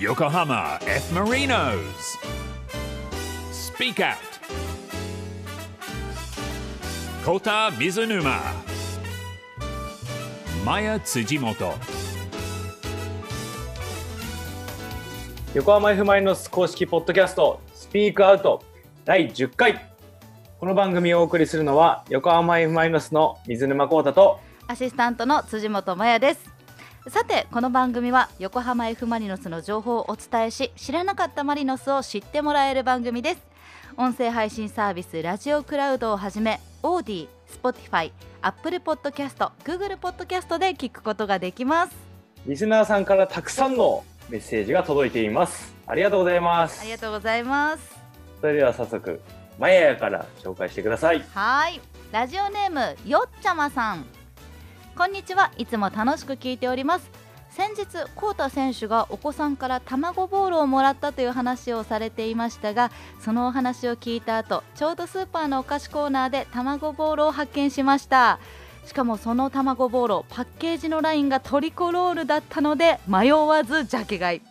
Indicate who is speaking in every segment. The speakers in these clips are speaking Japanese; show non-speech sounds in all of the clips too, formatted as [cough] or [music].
Speaker 1: Yokohama F. Marinos. Speak Out. Kota Mizunuma. Maya Tsujimoto.
Speaker 2: 横浜 F ・マリノス公式ポッドキャスト「スピークアウト」第10回この番組をお送りするのは横浜 F ・マリノスの水沼宏太と
Speaker 3: アシスタントの辻本真也です。さてこの番組は横浜 F ・マリノスの情報をお伝えし知らなかったマリノスを知ってもらえる番組です音声配信サービスラジオクラウドをはじめオーディ、スポティファイ、アップルポッドキャスト、グーグルポッドキャストで聞くことができます
Speaker 2: リスナーさんからたくさんのメッセージが届いていますありがとうございます
Speaker 3: ありがとうございます
Speaker 2: それでは早速マヤヤから紹介してください
Speaker 3: はいラジオネームよっちゃまさんこんにちはいつも楽しく聞いております先日コータ選手がお子さんから卵ボールをもらったという話をされていましたがそのお話を聞いた後ちょうどスーパーのお菓子コーナーで卵ボールを発見しましたしかもその卵ボールパッケージのラインがトリコロールだったので迷わずジャケ買い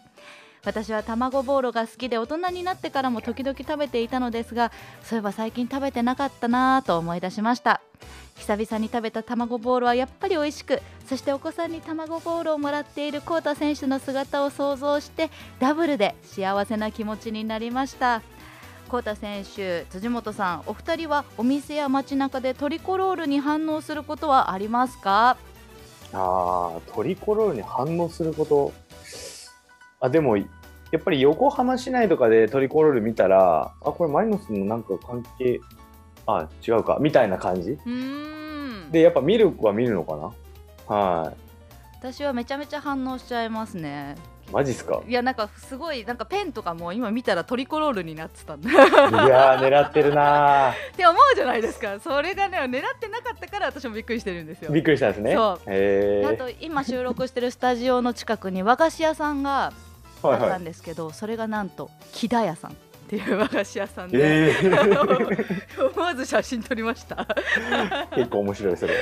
Speaker 3: 私は卵ボーロが好きで大人になってからも時々食べていたのですがそういえば最近食べてなかったなぁと思い出しました久々に食べた卵ボーロはやっぱり美味しくそしてお子さんに卵ボーロをもらっているコータ選手の姿を想像してダブルで幸せな気持ちになりましたコータ選手辻本さんお二人はお店や街中でトリコロールに反応することはありますか
Speaker 2: あートリコロールに反応することあでもやっぱり横浜市内とかでトリコロール見たらあこれマリノスのなんか関係あ違うかみたいな感じ
Speaker 3: うーん
Speaker 2: でやっぱミルクは見るのかなは
Speaker 3: 私はめちゃめちゃ反応しちゃいますね
Speaker 2: いマジっすか
Speaker 3: [laughs] いやなんかすごいなんかペンとかも今見たらトリコロールになってたんだ
Speaker 2: いやー狙ってる
Speaker 3: [laughs]
Speaker 2: な
Speaker 3: って思うじゃないですかそれがね狙ってなかったから私もびっくりしてるんです
Speaker 2: ー
Speaker 3: よ
Speaker 2: びっくりしたんですね
Speaker 3: そう
Speaker 2: へ
Speaker 3: であ
Speaker 2: え
Speaker 3: と今収録してるスタジオの近くに和菓子屋さんがあ
Speaker 2: はい
Speaker 3: った
Speaker 2: は
Speaker 3: ん
Speaker 2: い
Speaker 3: ですけど、それがなんと木田屋さんっていう和菓子屋さんで、
Speaker 2: えー
Speaker 3: [laughs] 思わず写真撮りました
Speaker 2: 結構面白いそれ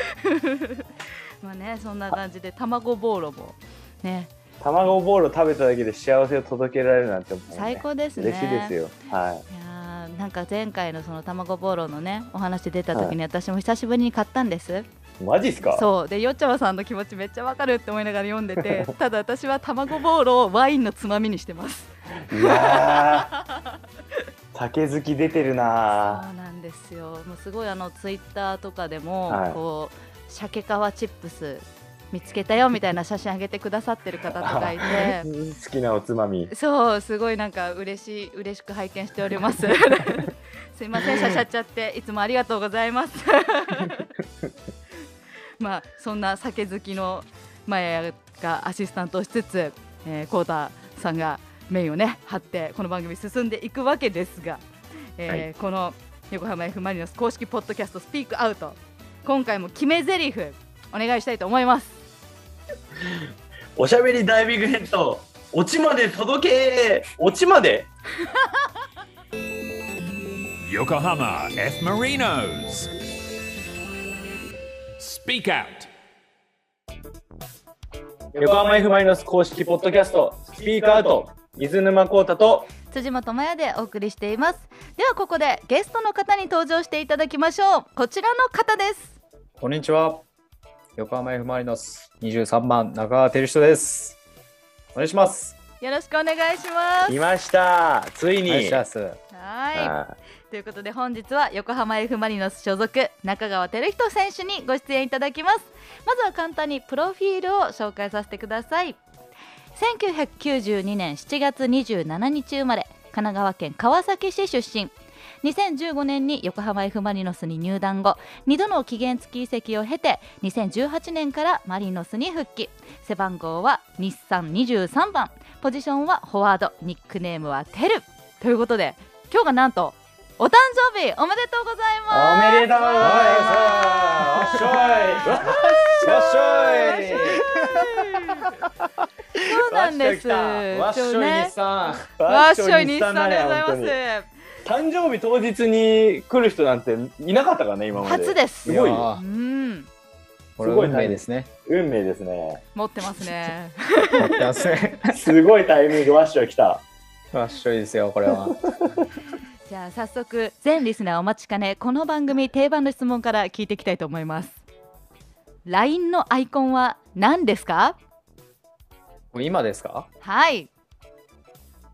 Speaker 3: まあねそんな感じで卵ボーロもね
Speaker 2: 卵ボールを食べただけで幸せを届けられるなんてもうね
Speaker 3: 最高ですね
Speaker 2: 嬉しいですよはい
Speaker 3: いやーなんか前回のその卵ボーロのねお話出た時に私も久しぶりに買ったんです、
Speaker 2: いマジっすか
Speaker 3: そうでよっちゃまさんの気持ちめっちゃわかるって思いながら読んで
Speaker 2: [laughs]
Speaker 3: てただ私は卵ボーロをワインのつまみにしてます
Speaker 2: いや
Speaker 3: [laughs]
Speaker 2: ー酒好き出てる
Speaker 3: そ
Speaker 2: な
Speaker 3: うなんですよもうすごいあのツイッターとかでも、
Speaker 2: はい
Speaker 3: こう鮭皮チップス見つけたよみたいな写真上げてくださってる方とかい
Speaker 2: ー
Speaker 3: て
Speaker 2: 好きなおつまみ
Speaker 3: そうすごいなんか嬉しい嬉しく拝見しておりますすいませんしゃしゃっちゃっていつもありがとうございますまあそんな酒好きのマヤがアシスタントをしつつ、えー、コータさんがメインをね張ってこの番組進んでいくわけですが、えー
Speaker 2: は
Speaker 3: この横浜 F ・マリノス公式ポッドキャスト「スピークアウト今回も決め台詞お願いしたいと思います
Speaker 2: おしゃべりダイビングヘッド落ちまで届け落ちまで
Speaker 1: Yokohama F. Marinos. Speak Out.
Speaker 2: 横浜 F ・マリノス公式ポッドキャストスピークアウト水沼宏太と
Speaker 3: 辻本麻也でお送りしていますではここでゲストの方に登場していただきましょうこちらの方です
Speaker 4: こんにちは。横浜 F ・マリノス23番中川照人です。お願いします。
Speaker 3: よろしくお願いします
Speaker 2: いましたつい
Speaker 4: お
Speaker 2: に
Speaker 4: 願いします。
Speaker 3: は
Speaker 2: はい
Speaker 3: ということで本日は横浜 F ・マリノス所属中川照人選手にご出演いただきますまずは簡単にプロフィールを紹介させてください1992年7月27日生まれ神奈川県川崎市出身2015年に横浜 F ・マリノスに入団後2度の期限付き移籍を経て2018年からマリノスに復帰背番号は日産23番ポジションはフォワードニックネームはテルということで今日がなんとお誕生日おめでとうござい
Speaker 2: お
Speaker 3: ます
Speaker 2: めでとうございます
Speaker 3: わ
Speaker 2: わっしょいわっしょい
Speaker 3: そうなんです
Speaker 4: わっし
Speaker 3: 一応
Speaker 4: ょい
Speaker 3: ね
Speaker 4: 日産。
Speaker 3: わっしょい日産
Speaker 2: だ
Speaker 3: で
Speaker 2: ね
Speaker 3: ございます
Speaker 2: 本当に誕生日当日に来る人なんていなかったからね今まで
Speaker 3: 初です
Speaker 2: すごい
Speaker 4: いや
Speaker 2: よ
Speaker 3: うん
Speaker 4: これ
Speaker 2: すごい
Speaker 4: 運命ですね。
Speaker 2: 運命ですね。
Speaker 3: 持ってますね
Speaker 4: やってますね。
Speaker 2: すごいタイミング、ワッショイ来た。
Speaker 4: [laughs] わっしょいですよ、これは。
Speaker 3: [laughs] じゃあ早速全リスナーお待ちかねこの番組定番の質問から聞いていきたいと思います LINE のアイコンは何ですか
Speaker 4: もう今ですか
Speaker 3: [laughs] はい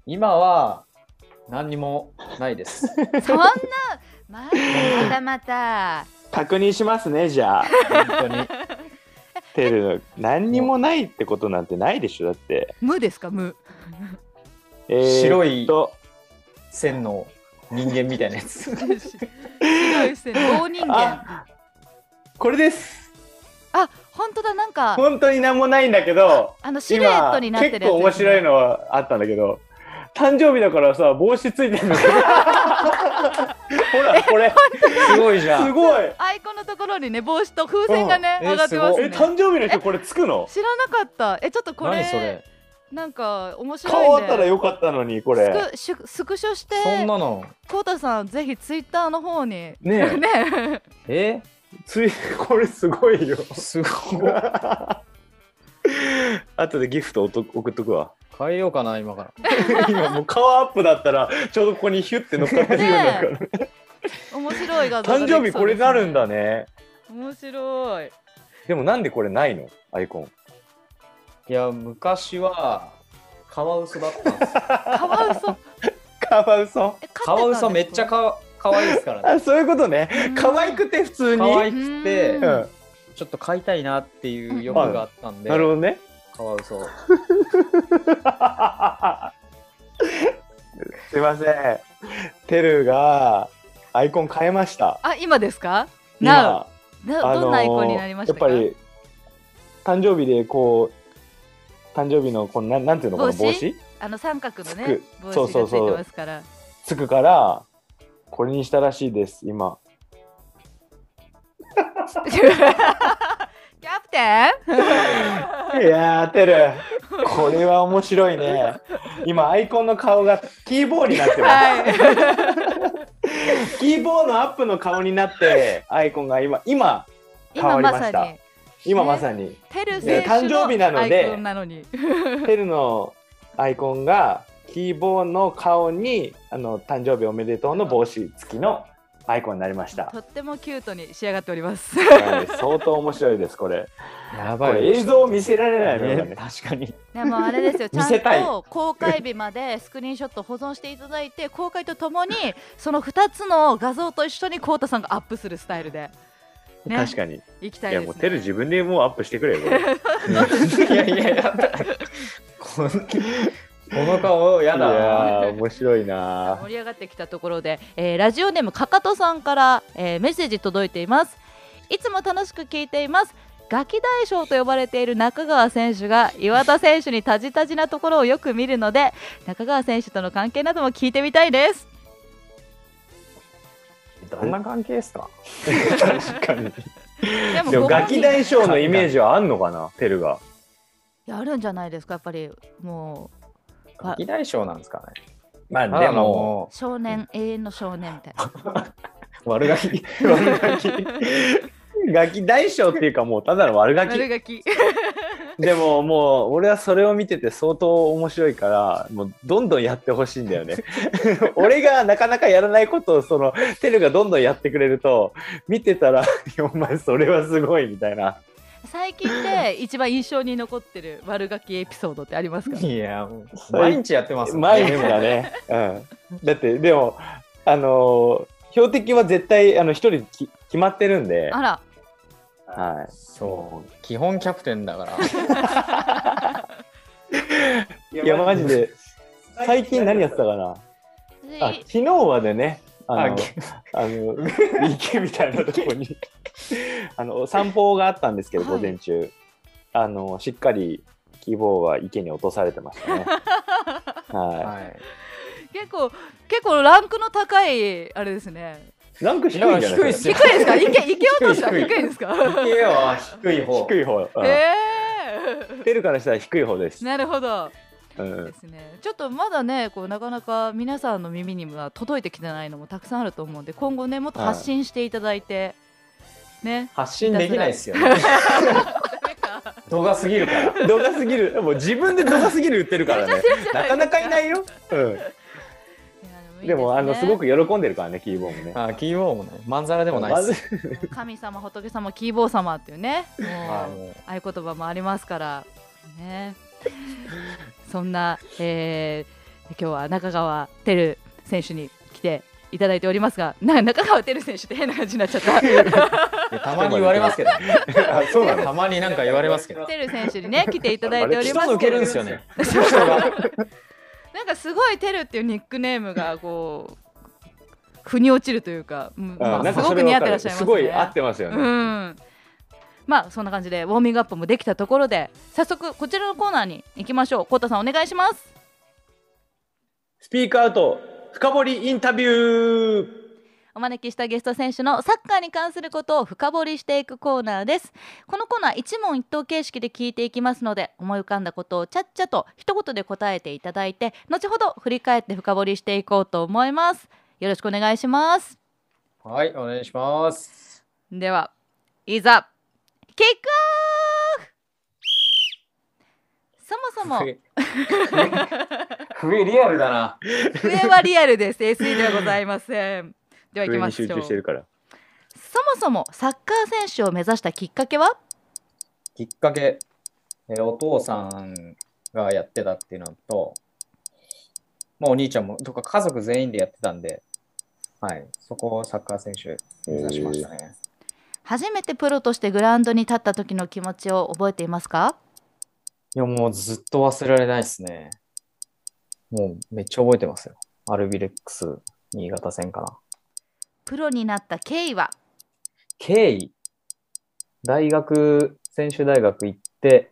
Speaker 4: 今は何にもないです。
Speaker 3: そんなまたまた
Speaker 2: 確認しますね、じゃあ。
Speaker 4: 本当に。
Speaker 2: てる何にもないってことなんてないでしょ、だって。
Speaker 3: 無ですか無
Speaker 2: えー、
Speaker 4: 白い
Speaker 2: と、
Speaker 4: 線の人間みたいなやつ。
Speaker 3: 白い線棒人間
Speaker 2: あこれです。
Speaker 3: あ本当だなんか
Speaker 2: 本当に何もないんだけど、
Speaker 3: あのシルエットになってる
Speaker 2: 今
Speaker 3: やつ、
Speaker 2: 結構面白いのはあったんだけど誕生日だからさ帽子ついてるのほらこれ
Speaker 4: すごいじゃ
Speaker 2: す
Speaker 4: ん。
Speaker 2: ごい
Speaker 3: アイコンのところにね帽子と風船がね、
Speaker 4: うんえ
Speaker 3: 上がってます
Speaker 2: え
Speaker 3: ね
Speaker 2: 誕生日の人これつくの
Speaker 3: 知らなかったえちょっとこれ
Speaker 4: 何それ
Speaker 3: なんか面白いんで
Speaker 2: 顔あったらよかったのにこれ
Speaker 3: スクスクショして
Speaker 4: そんなの。
Speaker 3: コウタさんぜひツイッターの
Speaker 2: [laughs]
Speaker 3: 方に
Speaker 2: ねえ
Speaker 3: [laughs] ね
Speaker 4: え
Speaker 2: つい [laughs] これすごいよ
Speaker 4: すごい。
Speaker 2: 後でギフトおと送っとくわ
Speaker 4: 変えようかな、今から。
Speaker 2: [laughs] 今もう顔アップだったらちょうどここにヒュッて乗っかってるようになるから、
Speaker 3: 面白い画像が
Speaker 2: 誕
Speaker 3: できそ
Speaker 2: 生
Speaker 3: うです
Speaker 2: 日
Speaker 3: ね
Speaker 2: これなるんだね
Speaker 3: 面白
Speaker 2: [laughs]
Speaker 3: い
Speaker 2: でもなんでこれないのアイコン
Speaker 4: いや、昔は、カワウソだったん
Speaker 2: [laughs]
Speaker 4: ですよ。
Speaker 3: カワウソ
Speaker 2: カワウソ
Speaker 3: え
Speaker 4: カワウソめっちゃ
Speaker 3: か
Speaker 4: かわ可愛いですから
Speaker 2: あ
Speaker 4: ね。
Speaker 2: そういうことね可愛くて普通に
Speaker 4: 可愛く
Speaker 3: う
Speaker 4: て
Speaker 3: ん、
Speaker 2: うん
Speaker 4: ちょっと飼いたいなっていう欲があったんで、
Speaker 2: なるほどね
Speaker 4: カワウソ。
Speaker 2: すいません。テルがアイコン変えました。
Speaker 3: あ今ですか Now
Speaker 2: 今
Speaker 3: な
Speaker 2: あのー
Speaker 3: どんなアイコンになりましたか
Speaker 2: やっぱり誕生日でこう誕生日のこのなんなんていうのこの
Speaker 3: 帽
Speaker 2: 帽
Speaker 3: 子
Speaker 2: 子
Speaker 3: あの三角のね
Speaker 2: つく
Speaker 3: 帽
Speaker 2: そ
Speaker 3: 子
Speaker 2: うそ
Speaker 3: が
Speaker 2: う
Speaker 3: つい
Speaker 2: そう
Speaker 3: てます
Speaker 2: [laughs]
Speaker 3: から
Speaker 2: つくからこれにしたらしいです今。
Speaker 3: キャプテ
Speaker 2: い
Speaker 3: ン
Speaker 2: やーテルこれは面白いね。今アイコンの顔がキーボーになってま
Speaker 3: はい
Speaker 2: す。 [laughs] キーボーのアップの顔になってアイコンが今今変
Speaker 3: 今
Speaker 2: わり
Speaker 3: ま
Speaker 2: まし
Speaker 3: さ
Speaker 2: た
Speaker 3: に
Speaker 2: 今まさに。
Speaker 3: テル
Speaker 2: ね
Speaker 3: 選手の
Speaker 2: 誕生日なので
Speaker 3: アイコンなのに
Speaker 2: テルのアイコンがキーボーの顔にあの誕生日おめでとうの帽子付きのアイコンになりました
Speaker 3: と。ってもキュートに仕上がっております
Speaker 2: はい相当面白いですこれ。
Speaker 4: や
Speaker 2: これ映像を見せられないのよ
Speaker 4: ね
Speaker 2: ね。
Speaker 4: 確かに。
Speaker 3: [laughs] でもあれですよ、ち
Speaker 2: 見
Speaker 3: ゃん
Speaker 2: せたい
Speaker 3: と公開日までスクリーンショット保存していただいて、公開とともに、その2つの画像と一緒にコウタさんがアップするスタイルで、ね、
Speaker 2: 確かに。い
Speaker 3: 行きたいで
Speaker 2: や
Speaker 3: す、ね。
Speaker 2: もうテル自分でもうアップしてくれよ。これ
Speaker 4: いやいやいや、このこの顔や
Speaker 2: い
Speaker 4: だ。
Speaker 2: やー面白いな
Speaker 3: 盛り上がってきたところで、えーラジオネームかかとさんから、えーメッセージ届いていますいつも楽しく聞いていますガキ大将と呼ばれている中川選手が岩田選手にタジタジなところをよく見るので中川選手との関係なども聞いてみたいです
Speaker 2: どんな関係ですか。
Speaker 4: 確かに。
Speaker 3: で
Speaker 2: [laughs] でも
Speaker 3: ご
Speaker 2: ガ
Speaker 3: 本人
Speaker 2: キ大将のイメージはあんのかなテルが。
Speaker 3: やるんじゃないですかやっぱりもう
Speaker 4: ガキ大将なんですかね。
Speaker 2: ま
Speaker 4: た
Speaker 2: あで
Speaker 4: だ
Speaker 2: も
Speaker 4: のも
Speaker 3: 少年永遠の少年みたい
Speaker 4: [laughs]
Speaker 3: な
Speaker 4: う悪ガキ。
Speaker 2: 悪ガ [laughs] キ。ガキ大将っていうかもうただの悪ガキ。
Speaker 3: 悪ガキ
Speaker 2: でももう俺はそれを見てて相当面白いからもうどんどんやってほしいんだよね。 [laughs] 俺がなかなかやらないことをそのテルがどんどんやってくれると見てたら [laughs] 「お前それはすごい」みたいな。
Speaker 3: 最近で一番印象に残ってる悪ガキエピソードってありますか
Speaker 4: いや、もう毎日やってますもん
Speaker 2: 毎
Speaker 4: ね。
Speaker 2: 日だね。うん、だってでもあのー標的は絶対あの一人き決まってるんで、
Speaker 3: あら
Speaker 2: は
Speaker 4: そう。基本キャプテンだから。
Speaker 2: い、いやマジで最近何やってたかなあ
Speaker 3: 私
Speaker 2: 昨日はでねあ
Speaker 4: あ
Speaker 2: の
Speaker 4: き
Speaker 2: あの池みたいなとこ
Speaker 3: [laughs]
Speaker 2: にあの散歩があったんですけど、
Speaker 3: はい
Speaker 2: 午前中あのしっかり希望は池に落とされてま
Speaker 3: [laughs]
Speaker 2: したねは
Speaker 4: はい。
Speaker 3: 結構結構ランクの高いあれですね。
Speaker 2: いランク低いんじゃない
Speaker 4: いや低い
Speaker 2: そ
Speaker 4: っす
Speaker 3: 低
Speaker 4: よ
Speaker 3: いです
Speaker 4: [laughs]
Speaker 3: か？いけいけ落とした低
Speaker 4: 低い
Speaker 3: い
Speaker 4: 低い
Speaker 3: んですか？
Speaker 4: 家は低い
Speaker 2: れ
Speaker 4: 方。
Speaker 2: 低い方、うん
Speaker 3: え
Speaker 2: テルからしたら低い方です、
Speaker 3: ー、なるほど
Speaker 2: う
Speaker 3: で
Speaker 2: ん、
Speaker 3: すね。ちょっとまだねこうなかなか皆さんの耳には届いてきてないのもたくさんあると思うんで今後ねもっと発信していただいて、ね。
Speaker 4: 発信できないですよね。
Speaker 3: ダメか。
Speaker 4: 動画すぎるから。
Speaker 2: 度がすぎる。もう自分で度がすぎる売ってるから
Speaker 3: [laughs]
Speaker 2: ね。なかなかいないよ。うん。でも、あの、すご
Speaker 3: く
Speaker 2: く喜んでるからね、キーボーもね。
Speaker 4: あー、キーボーもね、まんざら
Speaker 2: で
Speaker 4: でもないです。
Speaker 3: 神様、仏様、キーボー様っていうね。もう
Speaker 4: あーもう
Speaker 3: 合言葉もありますから、ね、そんな、えー、今日は中川輝選手に来ていただいておりますがな中川輝選手って変な感じになっちゃった
Speaker 2: [laughs]
Speaker 4: いやたまに言われますけど、ね、
Speaker 2: あそうなの
Speaker 4: たまになんか言われますけど。
Speaker 3: 輝選手にね来ていただいており
Speaker 4: 人
Speaker 3: ま
Speaker 4: の
Speaker 3: す
Speaker 4: 受け
Speaker 3: けど
Speaker 4: るんですよね。人が
Speaker 3: なんかすごい輝っていうニックネームがこう腑に落ちるというか、うんま
Speaker 2: あなん
Speaker 3: あ、す
Speaker 2: かそ
Speaker 3: ごく
Speaker 2: れ
Speaker 3: 似
Speaker 2: わ
Speaker 3: 合っ
Speaker 2: か
Speaker 3: て
Speaker 2: らる
Speaker 3: っしゃいます
Speaker 2: す
Speaker 3: ね。
Speaker 2: ごい合ってますよ
Speaker 3: う
Speaker 2: ね。
Speaker 3: ん。まあそんな感じでウォーミングアップもできたところで早速こちらのコーナーに行きましょう。コウタさんお願いします。
Speaker 2: スピークアウト、深掘りインタビュー
Speaker 3: お招きしたゲスト選手のサッカーに関することを深掘りしていくコーナーですこのコーナー一問一答形式で聞いていきますので思い浮かんだことをちゃっちゃと一言で答えていただいて後ほど振り返って深掘りしていこうと思いますよろしくお願いします
Speaker 4: はい、お願いします。
Speaker 3: ではいざキックオフそもそも
Speaker 4: 笛笛リアルだな。
Speaker 3: 上はリアルです SE ではございませ
Speaker 2: [laughs]
Speaker 3: んでは行き
Speaker 2: 上
Speaker 3: ま
Speaker 2: に
Speaker 3: しょ
Speaker 2: 集中
Speaker 3: うそも
Speaker 2: してるから。
Speaker 3: そもサッカー選手を目指したきっかけは
Speaker 4: きっかけ、えーお父さんがやってたっていうのと、まあ、お兄ちゃんも、とか家族全員でやってたんで、はい、そこをサッカー選手目指しましたね。
Speaker 3: 初めてプロとしてグラウンドに立った時の気持ちを覚えていますか
Speaker 4: いや、もうずっと忘れられないですね。もうめっちゃ覚えてますよ。アルビレックス新潟戦かな。
Speaker 3: プロになった経緯は
Speaker 4: 経緯、大学、選手大学行って、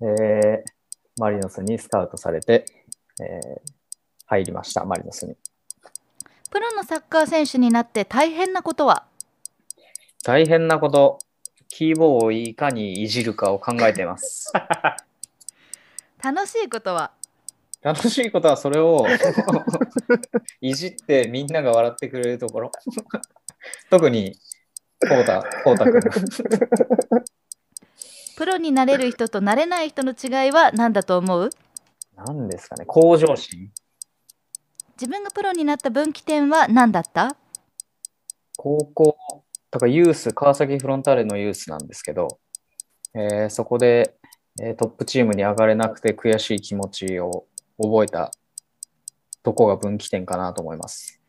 Speaker 4: えーマリノスにスカウトされて、えー入りました、マリノスに。
Speaker 3: プロのサッカー選手になって大変なことは
Speaker 4: 大変なこと、キーボーをいかにいじるかを考えてい [laughs] ます。
Speaker 3: 楽しいことは
Speaker 4: 楽しいことはそれを [laughs] いじってみんなが笑ってくれるところ。特に、コータ、コータ君。
Speaker 3: プロになれる人となれない人の違いは何だと思う
Speaker 4: 何ですかね、向上心
Speaker 3: 自分がプロになった分岐点は何だった
Speaker 4: 高校とかユース、川崎フロンターレのユースなんですけど、えーそこで、えートップチームに上がれなくて悔しい気持ちを覚えたとこが分岐点かなと思います。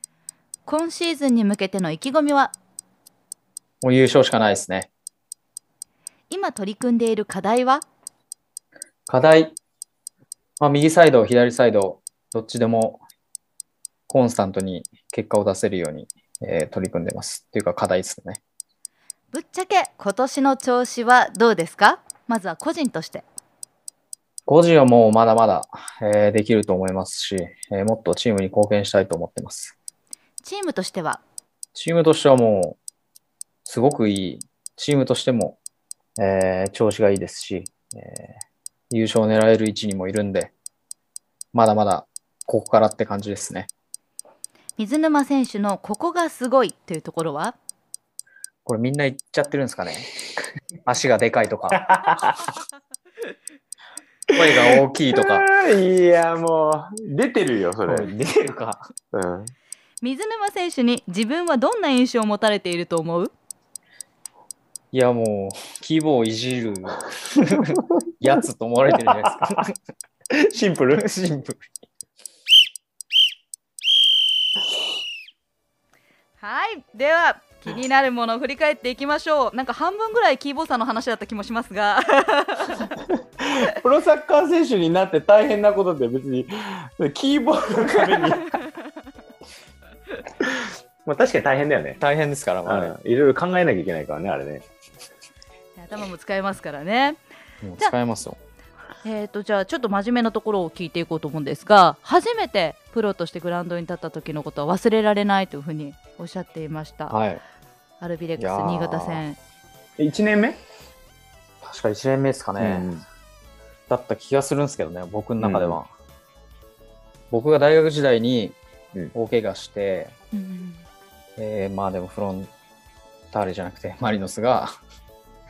Speaker 3: 今シーズンに向けての意気込みは
Speaker 4: もう優勝しかないですね。
Speaker 3: 今取り組んでいる課題は
Speaker 4: 課題、まあ、右サイド、左サイド、どっちでもコンスタントに結果を出せるように、えー取り組んでます。っていうか課題ですね。
Speaker 3: ぶっちゃけ今年の調子はどうですかまずは個人として
Speaker 4: 5時はもうまだまだ、えーできると思いますし、えーもっとチームに貢献したいと思ってます。
Speaker 3: チームとしては
Speaker 4: チームとしてはもう、すごくいい、チームとしても、えー調子がいいですし、えー優勝を狙える位置にもいるんで、まだまだここからって感じですね。
Speaker 3: 水沼選手のここがすごいというところは
Speaker 4: これみんな言っちゃってるんですかね足がでかいとか、声が大きいとか。
Speaker 2: あーいや、もう、出てるよ、それ。
Speaker 4: これ出てるか。
Speaker 2: うん。
Speaker 3: 水沼選手に自分はどんな印象を持たれていると思う
Speaker 4: いやもう、キーボーをいじるやつと思われてるじゃないです [laughs] か。
Speaker 2: シンプル
Speaker 4: シンプル。
Speaker 3: はいでは気になるものを振り返っていきましょうなんか半分ぐらいキーボーさんの話だった気もしますが
Speaker 2: プロサッカー選手になって大変なことって別にキーボードの壁に [laughs] まあ確かに大変だよね、
Speaker 4: 大変ですから、
Speaker 2: う
Speaker 4: まああれ
Speaker 2: ん、いろいろ考えなきゃいけないからねあれね
Speaker 3: [laughs] 頭も使えますからね
Speaker 4: もう使えますよ。
Speaker 3: えーとじゃあちょっと真面目なところを聞いていこうと思うんですが初めてプロとしてグラウンドに立った時のことは忘れられないというふうにおっしゃっていました、
Speaker 4: はい。
Speaker 3: アルビレックス
Speaker 4: いやー
Speaker 3: 新潟戦
Speaker 2: 1年目、
Speaker 4: 確か1年目ですかね、
Speaker 2: うん
Speaker 4: だった気がするんですけどね、僕の中では。僕が大学時代に
Speaker 2: うん
Speaker 4: 大怪我して、
Speaker 3: うん
Speaker 4: えーまあでもフロンターレじゃなくてマリノスが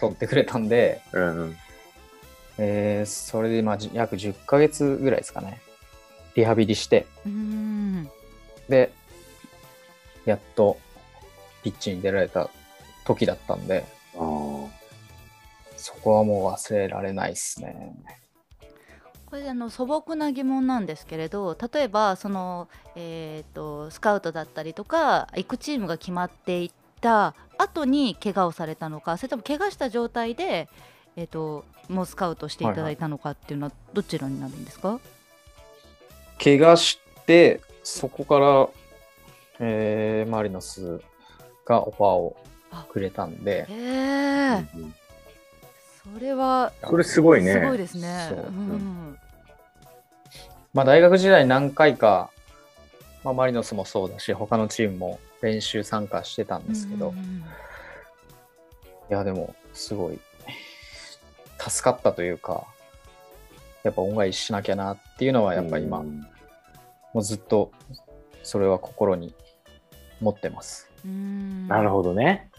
Speaker 4: 取ってくれたんで、
Speaker 2: うんうん。
Speaker 4: えーそれでまあじ約10ヶ月ぐらいですかねリハビリして
Speaker 3: うーん
Speaker 4: でやっとピッチに出られた時だったんで
Speaker 2: あー
Speaker 4: そこはもう忘れられないですね
Speaker 3: これであの素朴な疑問なんですけれど例えばその、えー、とスカウトだったりとか行くチームが決まっていった後に怪我をされたのかそれとも怪我した状態で、えー、ともうスカウトしていただいたのかっていうのはどちらになるんですか、
Speaker 4: 怪我してそこから、えーマリノスがオファーをくれたんで
Speaker 3: へえ
Speaker 2: うん
Speaker 3: それは
Speaker 2: これすごいね。
Speaker 3: すごいですね。
Speaker 4: そう
Speaker 3: うん
Speaker 4: まあ、大学時代何回か、まあ、マリノスもそうだし他のチームも練習参加してたんですけど、
Speaker 3: うんう
Speaker 4: い
Speaker 3: んうん
Speaker 4: やでもすごい助かったというかやっぱ恩返ししなきゃなっていうのはやっぱ今、
Speaker 2: うん
Speaker 4: もうずっとそれは心に持ってます。
Speaker 3: うん
Speaker 2: なるほどね。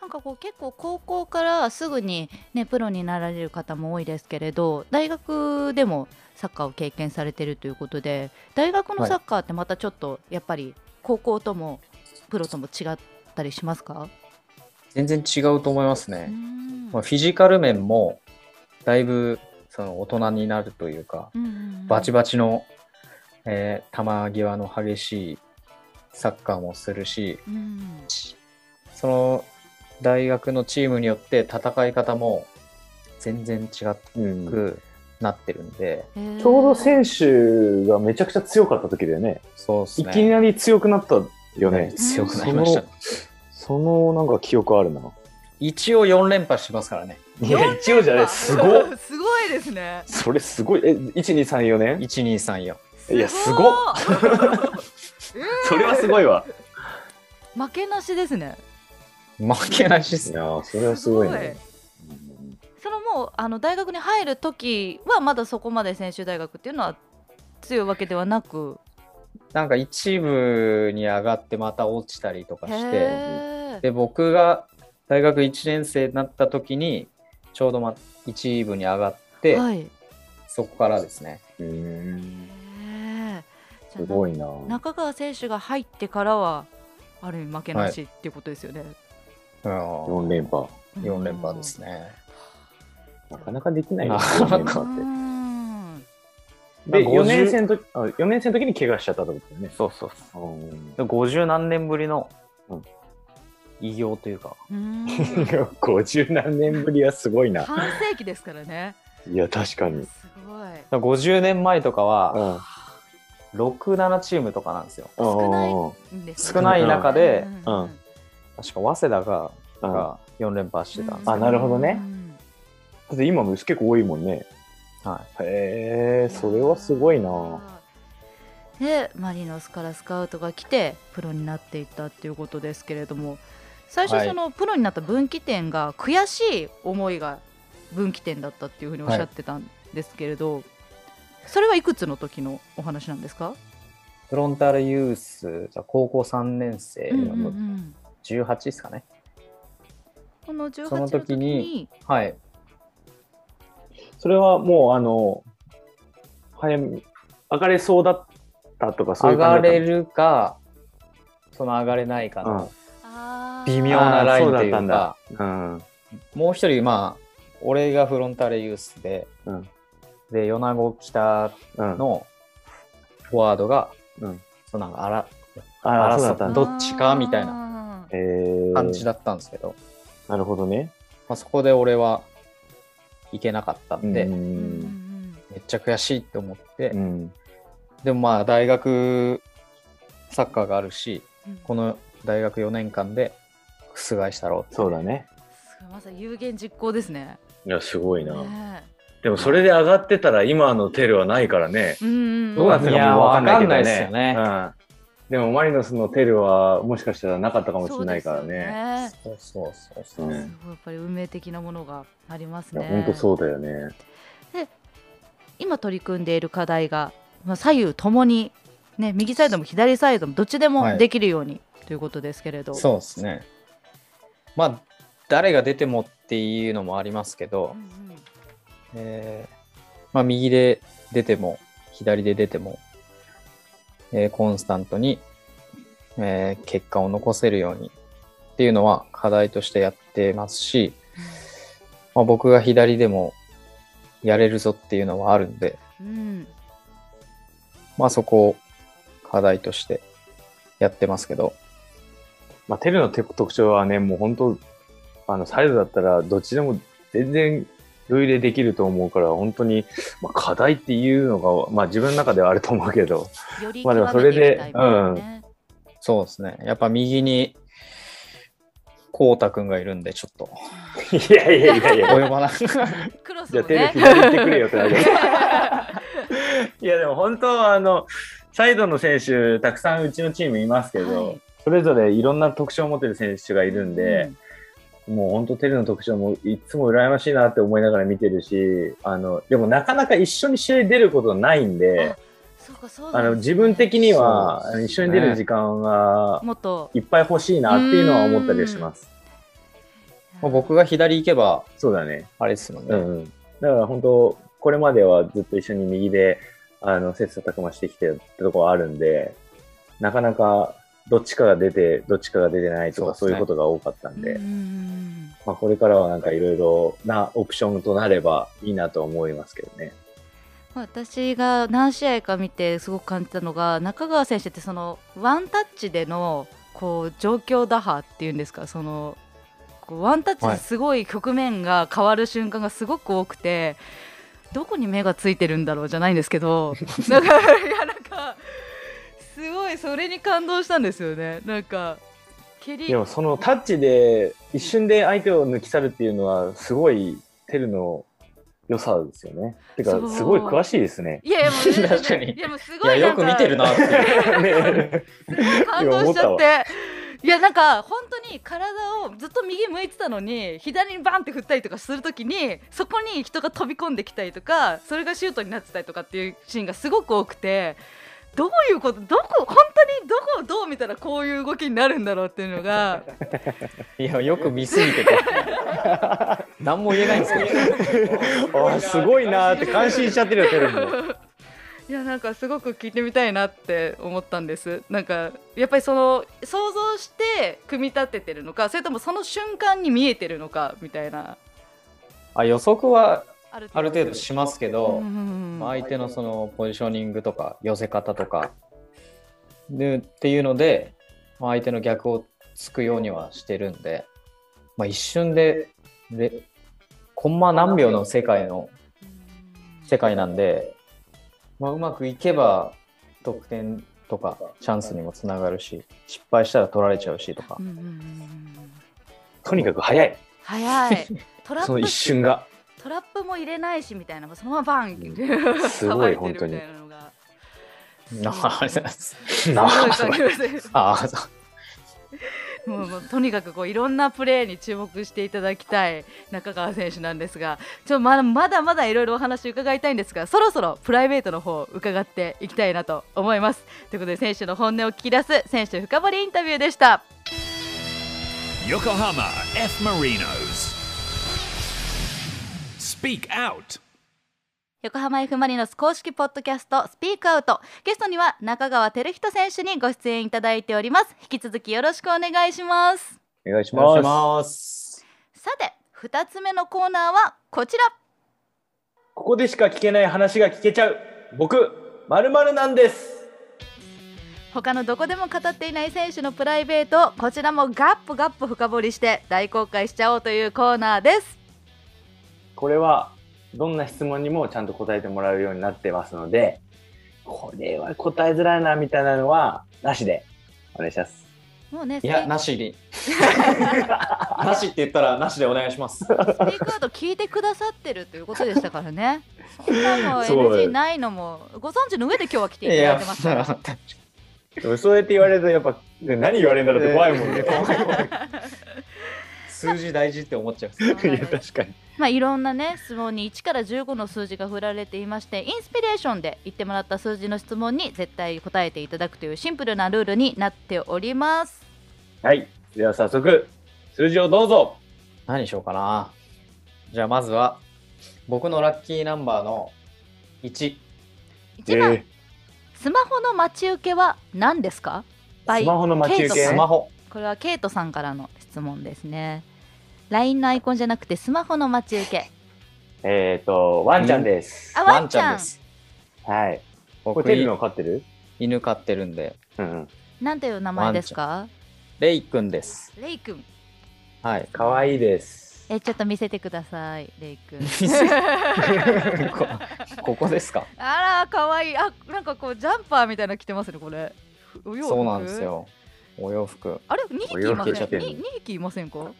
Speaker 3: なんかこう結構高校からすぐにねプロになられる方も多いですけれど大学でもサッカーを経験されてるということで大学のサッカーってまたちょっとやっぱり高校ともプロとも違ったりしますか、
Speaker 4: 全然違うと思います
Speaker 3: う
Speaker 4: ね。
Speaker 3: ん
Speaker 4: まあ、フィジカル面もだいぶその大人になるというか、
Speaker 3: うんうんうん
Speaker 4: バチバチの、えー球際の激しいサッカーもするし、
Speaker 3: うん
Speaker 4: その大学のチームによって戦い方も全然違
Speaker 2: うんち
Speaker 4: くなってるんで、
Speaker 3: へー
Speaker 2: ょうど選手がめちゃくちゃ強かった時だよね。
Speaker 4: そうです
Speaker 2: い
Speaker 4: ね。
Speaker 2: きなり強くなったよ
Speaker 4: ね
Speaker 2: ね。
Speaker 4: 強くなりましたね、
Speaker 2: そのなんか記憶あるな。
Speaker 4: 一応4連覇してますからね。
Speaker 2: いや、一応じ
Speaker 3: [laughs]
Speaker 2: ゃない。すごっ
Speaker 3: すごいですね
Speaker 2: それすごい。え、1、2、3、4年
Speaker 4: 1、2、3、4。
Speaker 2: いやすごっそれはすごいわ。
Speaker 3: [laughs] 負けなしですね
Speaker 4: 負けないし
Speaker 2: い
Speaker 4: っすね。
Speaker 2: やー、それはすごいね。
Speaker 3: そのもうあの大学に入る時はまだそこまで専修大学っていうのは強いわけではなく
Speaker 4: なんか一部に上がってまた落ちたりとかして、
Speaker 3: へー
Speaker 4: で、僕が大学1年生になった時に、ちょうど、ま、一部に上がって、
Speaker 3: はい
Speaker 4: そこからですね。
Speaker 2: うんうん
Speaker 3: へーじゃあ
Speaker 2: すごいな。
Speaker 3: 中川選手が入ってからはある意味負けなしっていうことですよね、
Speaker 4: うん
Speaker 2: 4連覇。
Speaker 4: 4連覇ですね。
Speaker 2: なかなかできないよ、
Speaker 4: な
Speaker 2: 4連
Speaker 4: かな
Speaker 3: う
Speaker 4: か
Speaker 2: 覇って。
Speaker 3: ん
Speaker 2: で、
Speaker 4: まあ50
Speaker 2: 4年生の時、あ4年生の時に怪我しちゃったってことだよね。
Speaker 4: そうそう
Speaker 2: うん [laughs]
Speaker 4: で50何年ぶりの
Speaker 2: うん
Speaker 4: 偉業というか、
Speaker 3: うん
Speaker 2: 50何年ぶりはすごいな。
Speaker 3: 半世紀ですからね
Speaker 2: いや、確かに。
Speaker 3: すごい
Speaker 4: 50年前とか
Speaker 2: う
Speaker 4: は、
Speaker 2: ん。
Speaker 4: 6、7チームとかなんですよ。
Speaker 3: 少ない
Speaker 2: うんうんうん
Speaker 3: んですね
Speaker 4: 少ない中で
Speaker 2: うん
Speaker 4: 確か、早稲田が
Speaker 2: うん
Speaker 4: が4連覇してたんです
Speaker 2: あ
Speaker 4: よ、
Speaker 2: なるほどね
Speaker 3: うん
Speaker 2: だって今も結構多いもんね。
Speaker 4: は
Speaker 2: へえ、それはすごいな。
Speaker 3: でマリノスからスカウトが来てプロになっていったっていうことですけれども最初
Speaker 4: はい
Speaker 3: そのプロになった分岐点が悔しい思いが分岐点だったっていうふうにおっしゃってたんですけれど、それはいくつの時のお話なんですか、
Speaker 4: い。フロンターレユース、じゃあ高校3年生
Speaker 3: うんうんう
Speaker 4: の
Speaker 3: ん
Speaker 4: 18ですかね。
Speaker 3: この18
Speaker 4: そ
Speaker 3: の
Speaker 4: の
Speaker 3: 時
Speaker 4: 時
Speaker 3: に
Speaker 4: にはい。
Speaker 2: それはもう、あの、早め、上がれそうだったとか、そうい
Speaker 4: 上
Speaker 2: う感
Speaker 4: が
Speaker 2: じだった
Speaker 4: れ
Speaker 2: の
Speaker 4: るか、その上がれないかの
Speaker 3: あー
Speaker 4: 微妙なラインという
Speaker 2: あーそうだ
Speaker 4: か、
Speaker 2: うん。
Speaker 4: もう一人、まあ、俺がフロンターレユースで、
Speaker 2: うん
Speaker 4: で、米子北
Speaker 2: うん。
Speaker 4: のフォワードが、
Speaker 2: うん
Speaker 4: そのなんかあら
Speaker 2: ああ、そうだ
Speaker 4: 争
Speaker 2: ったんだ。
Speaker 4: どっちかみたい
Speaker 3: な
Speaker 2: へえ。
Speaker 4: 感じだったんですけど、
Speaker 2: なるほどね。
Speaker 4: まあ、そこで俺はいけなかったんで、
Speaker 2: うん。
Speaker 4: めっちゃ悔しいって思って、
Speaker 2: うん。
Speaker 4: でもまあ大学サッカーがあるしこの大学4年間で覆したろうって
Speaker 2: そうだね。
Speaker 3: まさに有言実行ですね
Speaker 2: いや、すごい
Speaker 3: ね
Speaker 2: でもそれで上がってたら今のテルはないからね。
Speaker 3: えうんうん
Speaker 2: どうなってるかもわかんないけどね。
Speaker 4: いやわかんないっすよね
Speaker 2: うん。でもマリノスのテルはもしかしたらなかったかもしれないからね。
Speaker 3: そうですよ
Speaker 4: そうそうそう
Speaker 2: う
Speaker 3: すごい
Speaker 4: そう、
Speaker 2: ん
Speaker 3: やっぱり運命的なものがあります
Speaker 2: いや
Speaker 3: ね。
Speaker 2: 本当そうだよね。
Speaker 3: 今取り組んでいる課題が、まあ、左右ともに、ね、右サイドも左サイドもどっちで
Speaker 4: は
Speaker 3: も
Speaker 4: い
Speaker 3: できるように、ということですけれど
Speaker 4: そうですねまあ、誰が出てもっていうのもありますけど、えーまあ、右で出ても左で出ても、えーコンスタントに、えー結果を残せるようにっていうのは課題としてやってますし、まあ、僕が左でもやれるぞっていうのはあるんで、
Speaker 3: うん
Speaker 4: まあ、そこを課題としてやってますけど、
Speaker 2: まあ、テルの特特徴はね、もう本当、あの、サイドだったら、どっちでも全然、類例できると思うから、本当に、まあ、課題っていうのが、まあ、自分の中ではあると思うけど、
Speaker 3: より
Speaker 2: まあでも
Speaker 3: 極
Speaker 2: そ
Speaker 3: め
Speaker 2: れ
Speaker 3: てい
Speaker 2: で
Speaker 3: きたいみたいなね
Speaker 4: そうですね。やっぱ右に、こうたくんがいるんで、ちょっと、
Speaker 2: いやいやいやい [laughs] や、
Speaker 4: 及ばな
Speaker 3: クロス
Speaker 2: じゃ
Speaker 3: を
Speaker 2: あ、テル
Speaker 3: ね
Speaker 2: 左行ってくれよってなる。いや、でも本当、あの、サイドの選手、たくさんうちのチームいますけど、
Speaker 3: はい
Speaker 2: それぞれいろんな特徴を持ってる選手がいるんで、もう本当テルの特徴もいつも羨ましいなって思いながら見てるし、あの、でもなかなか一緒に試合出ることないんで、
Speaker 3: そうかそう
Speaker 2: あ
Speaker 3: なん
Speaker 2: の、
Speaker 3: です
Speaker 2: 自
Speaker 3: ね
Speaker 2: 分的には
Speaker 4: そ
Speaker 2: あの
Speaker 4: うですね
Speaker 2: 一緒に出る時間が
Speaker 3: もっと
Speaker 2: いっぱい欲しいなっていうのは思ったりはします。
Speaker 4: もう僕が左行けば、
Speaker 2: そうだね。
Speaker 4: あれですもん
Speaker 2: う
Speaker 4: ね。
Speaker 2: んうん。だから本当、これまではずっと一緒に右で、あの、切磋琢磨してきてるってとこはあるんで、なかなかどっちかが出て、どっちかが出てないとか
Speaker 4: そ
Speaker 2: そうう,、
Speaker 4: ですね
Speaker 2: いうことが多かったんで、
Speaker 3: うん
Speaker 2: まあこれからはなんかいろいろなオプションとなればいいなとは思いますけどね。
Speaker 3: 私が何試合か見てすごく感じたのが中川選手ってそのワンタッチでのこう状況打破っていうんですかそのこうワンタッチ
Speaker 4: は
Speaker 3: で
Speaker 4: い
Speaker 3: すごい局面が変わる瞬間がすごく多くて、どこに目がついてるんだろうじゃないんですけ
Speaker 4: [laughs]
Speaker 3: どなんかいやなんかすごいそれに感動したんですよねなんか蹴り
Speaker 2: でもそのタッチで一瞬で相手を抜き去るっていうのはすごいテルの良さですよね。てか
Speaker 3: そう
Speaker 2: すごい詳しいですね。
Speaker 3: いやいやもう全然
Speaker 4: 確かに
Speaker 3: いやもうす
Speaker 4: い
Speaker 3: ご
Speaker 4: や、
Speaker 3: い
Speaker 4: よく見てるなっていう。
Speaker 2: ね
Speaker 3: 感動しちゃって。いやなんか本当に体をずっと右向いてたのに左にバンって振ったりとかするときにそこに人が飛び込んできたりとかそれがシュートになってたりとかっていうシーンがすごく多くてどういうことどこ本当にどこをどう見たらこういう動きになるんだろうっていうのが [laughs]
Speaker 4: いや、よく見すぎて [laughs] て。何も言えないんですけ
Speaker 2: [laughs]
Speaker 4: ど。
Speaker 2: あすごいなーって感心しちゃってるよテルも。
Speaker 3: いやなんかすごく聞いてみたいなって思ったんですなんかやっぱりその想像して組み立ててるのかそれともその瞬間に見えてるのかみたいな
Speaker 4: あ予測は
Speaker 3: ある
Speaker 4: ある程度しますけど、
Speaker 3: うんうんうん
Speaker 4: まあ相手のそのポジショニングとか寄せ方とかでっていうので、まあ、相手の逆をつくようにはしてるんで、まあ、一瞬ででコンマ何秒の世界の世界なんで、まあ、うまくいけば得点とかチャンスにもつながるし失敗したら取られちゃうしとか
Speaker 3: うんうんうんうん
Speaker 2: [laughs] とにかく早い。
Speaker 3: 早
Speaker 2: [laughs]
Speaker 3: いトラッ
Speaker 2: その
Speaker 3: プ
Speaker 2: 一瞬が。
Speaker 3: トラップも入れないしみたいなそのままバン
Speaker 2: んすごい本当に
Speaker 4: [laughs] なあれです
Speaker 2: な
Speaker 3: すごい感じです
Speaker 4: ああそう
Speaker 3: もうもうとにかくこういろんなプレーに注目していただきたい中川選手なんですがちょまだまだまだいろいろお話伺いたいんですがそろそろプライベートの方伺っていきたいなと思いますということで選手の本音を聞き出す選手深掘りインタビューでした
Speaker 1: Yokohama F. Marinos. Speak Out.
Speaker 3: 横浜 F ・マリノス公式ポッドキャストスピークアウトゲストには中川照人選手にご出演いただいております引き続きよろしくお願いします
Speaker 2: お願いし
Speaker 4: お願いし
Speaker 2: ます。
Speaker 4: ます
Speaker 3: さて2つ目のコーナーはこちら
Speaker 2: ここでしか聞けない話が聞けちゃう。僕、まるなんです。
Speaker 3: 他のどこでも語っていない選手のプライベートをこちらもガッポガッポ深掘りして大公開しちゃおうというコーナーです
Speaker 2: これは、どんな質問にもちゃんと答えてもらうようになってますので、これは答えづらいな、みたいなのは、なしで、お願いします。
Speaker 3: もうねス
Speaker 4: い
Speaker 3: ピ
Speaker 4: や
Speaker 3: ー
Speaker 4: な
Speaker 3: [laughs]
Speaker 4: しになしって言ったらなしでお願いします
Speaker 3: スピークアウト聞いてくださってるということでしたからねそんなもう
Speaker 2: そう
Speaker 3: NG ないのもご存知の上で今日は [laughs] 来ていただいてますから
Speaker 2: でもそうやって言われると、やっぱ、何言われるんだろうって [laughs] 怖いもんね。
Speaker 4: 数字大事って思っちゃう。
Speaker 3: いや
Speaker 2: 確かに。
Speaker 3: まあ、いろんなね質問に1から15の数字が振られていましてインスピレーションで言ってもらった数字の質問に絶対答えていただくというシンプルなルールになっております
Speaker 2: はい。では早速、数字をどうぞ
Speaker 4: 何にしようかな。じゃあまずは、僕のラッキーナンバーの1。
Speaker 3: 1番、スマホの待ち受けは何ですか
Speaker 2: スマホの待ち受け
Speaker 3: ケイト
Speaker 4: ス
Speaker 3: さん
Speaker 4: マホ。
Speaker 3: これはケイトさんからの質問ですね LINE のアイコンじゃなくてスマホの待ち受け
Speaker 2: えっ、と、ワンちゃんです。
Speaker 3: あ
Speaker 4: ワ
Speaker 3: ワ
Speaker 4: ン
Speaker 3: ン
Speaker 4: ち
Speaker 3: ち
Speaker 4: ゃ
Speaker 3: ゃ
Speaker 4: ん
Speaker 3: ん
Speaker 4: です。
Speaker 2: はい。こ
Speaker 4: 僕
Speaker 2: れ、テルの飼ってる
Speaker 4: 犬飼ってるんで、
Speaker 2: うんうん。
Speaker 3: なんていう名前ですか
Speaker 4: レイくんです。
Speaker 3: レイ君
Speaker 4: はい。
Speaker 2: かわいいです。
Speaker 3: えちょっと見せてくださいレイ
Speaker 4: [laughs]
Speaker 3: 君
Speaker 4: こここですか
Speaker 3: あら可愛いあなんかこうジャンパーみたいなの着てますねこれお洋服
Speaker 4: そうなんですよ。お洋服。
Speaker 3: あれ2匹いませ
Speaker 2: お洋服着て
Speaker 3: ん
Speaker 2: る
Speaker 3: に二匹いませんか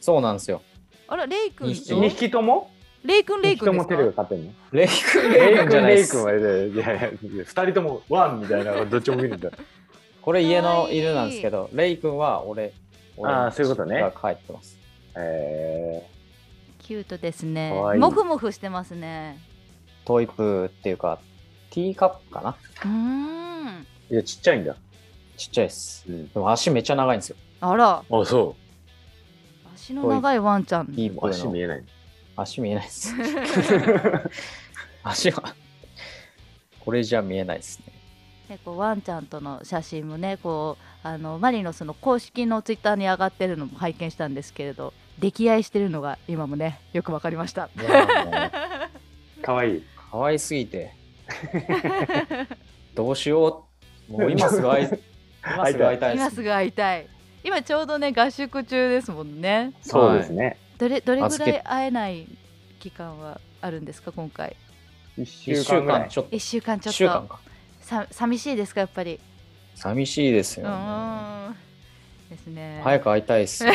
Speaker 4: そうなんですよ。
Speaker 3: あらレイ君
Speaker 4: 二匹
Speaker 2: 2匹とも
Speaker 3: レイ君レ
Speaker 2: 2
Speaker 3: イ
Speaker 2: 匹と
Speaker 3: 君で
Speaker 2: も
Speaker 3: す
Speaker 2: テ
Speaker 3: か
Speaker 2: ルが飼ってるの
Speaker 4: レイくん、レイ
Speaker 2: レ
Speaker 4: く
Speaker 2: イ
Speaker 4: んじ
Speaker 2: 君、
Speaker 4: ゃない
Speaker 2: レ
Speaker 4: で
Speaker 2: イ君
Speaker 4: す。
Speaker 2: は、いやいや、2人ともワンみたい [laughs] な、どっちも見るんだ。
Speaker 4: これ家の
Speaker 3: かわ
Speaker 4: 犬
Speaker 3: いい
Speaker 4: なんですけど、レイくんは俺、俺
Speaker 2: あーそういうことね
Speaker 4: が帰ってます。
Speaker 2: え
Speaker 3: キュートですね
Speaker 2: 可愛い
Speaker 3: もふもふしてますね
Speaker 4: トイプーっていうか、ティーカップかな
Speaker 3: うーん
Speaker 2: ー、いや、ちっちゃいんだ。
Speaker 4: ちっちゃいです。
Speaker 2: うん。
Speaker 4: でも足めっちゃ長いんですよ。
Speaker 3: あら
Speaker 2: あ、そ
Speaker 3: 足の長いワンちゃん
Speaker 4: いいプ
Speaker 2: う。足
Speaker 4: ーの
Speaker 2: 見え [laughs] ない。
Speaker 4: 足見えない
Speaker 2: [laughs]
Speaker 4: です。足は、これじゃ見えないですね。
Speaker 3: ね、こうワンちゃんとの写真もねこうあのマリノスの公式のツイッターに上がってるのも拝見したんですけれど溺愛してるのが今もねよくわかりま
Speaker 2: [laughs]
Speaker 3: した
Speaker 4: いやーもう
Speaker 2: かわいい。
Speaker 4: 可愛すぎ
Speaker 2: [laughs]
Speaker 4: てどうしようもう今すぐ
Speaker 2: [laughs]
Speaker 4: 会い今すぐ会いたいで
Speaker 3: 今
Speaker 4: す
Speaker 3: すぐ会いたい今ちょうどね合宿中ですもんね
Speaker 2: そうですね。
Speaker 3: どれどれぐ
Speaker 4: 預
Speaker 3: ら
Speaker 4: け
Speaker 3: い会えない期間はあるんですか今回
Speaker 2: 1
Speaker 4: 1週間。ちょっと
Speaker 3: 1週間ちょ
Speaker 4: 1
Speaker 3: っ
Speaker 4: 週間
Speaker 3: と
Speaker 4: か
Speaker 3: さ寂しいですかやっぱり
Speaker 4: 寂しいです
Speaker 3: う
Speaker 4: よ、ね、
Speaker 3: ーんですね
Speaker 4: 早く会いたいで
Speaker 2: [laughs]
Speaker 4: す
Speaker 2: で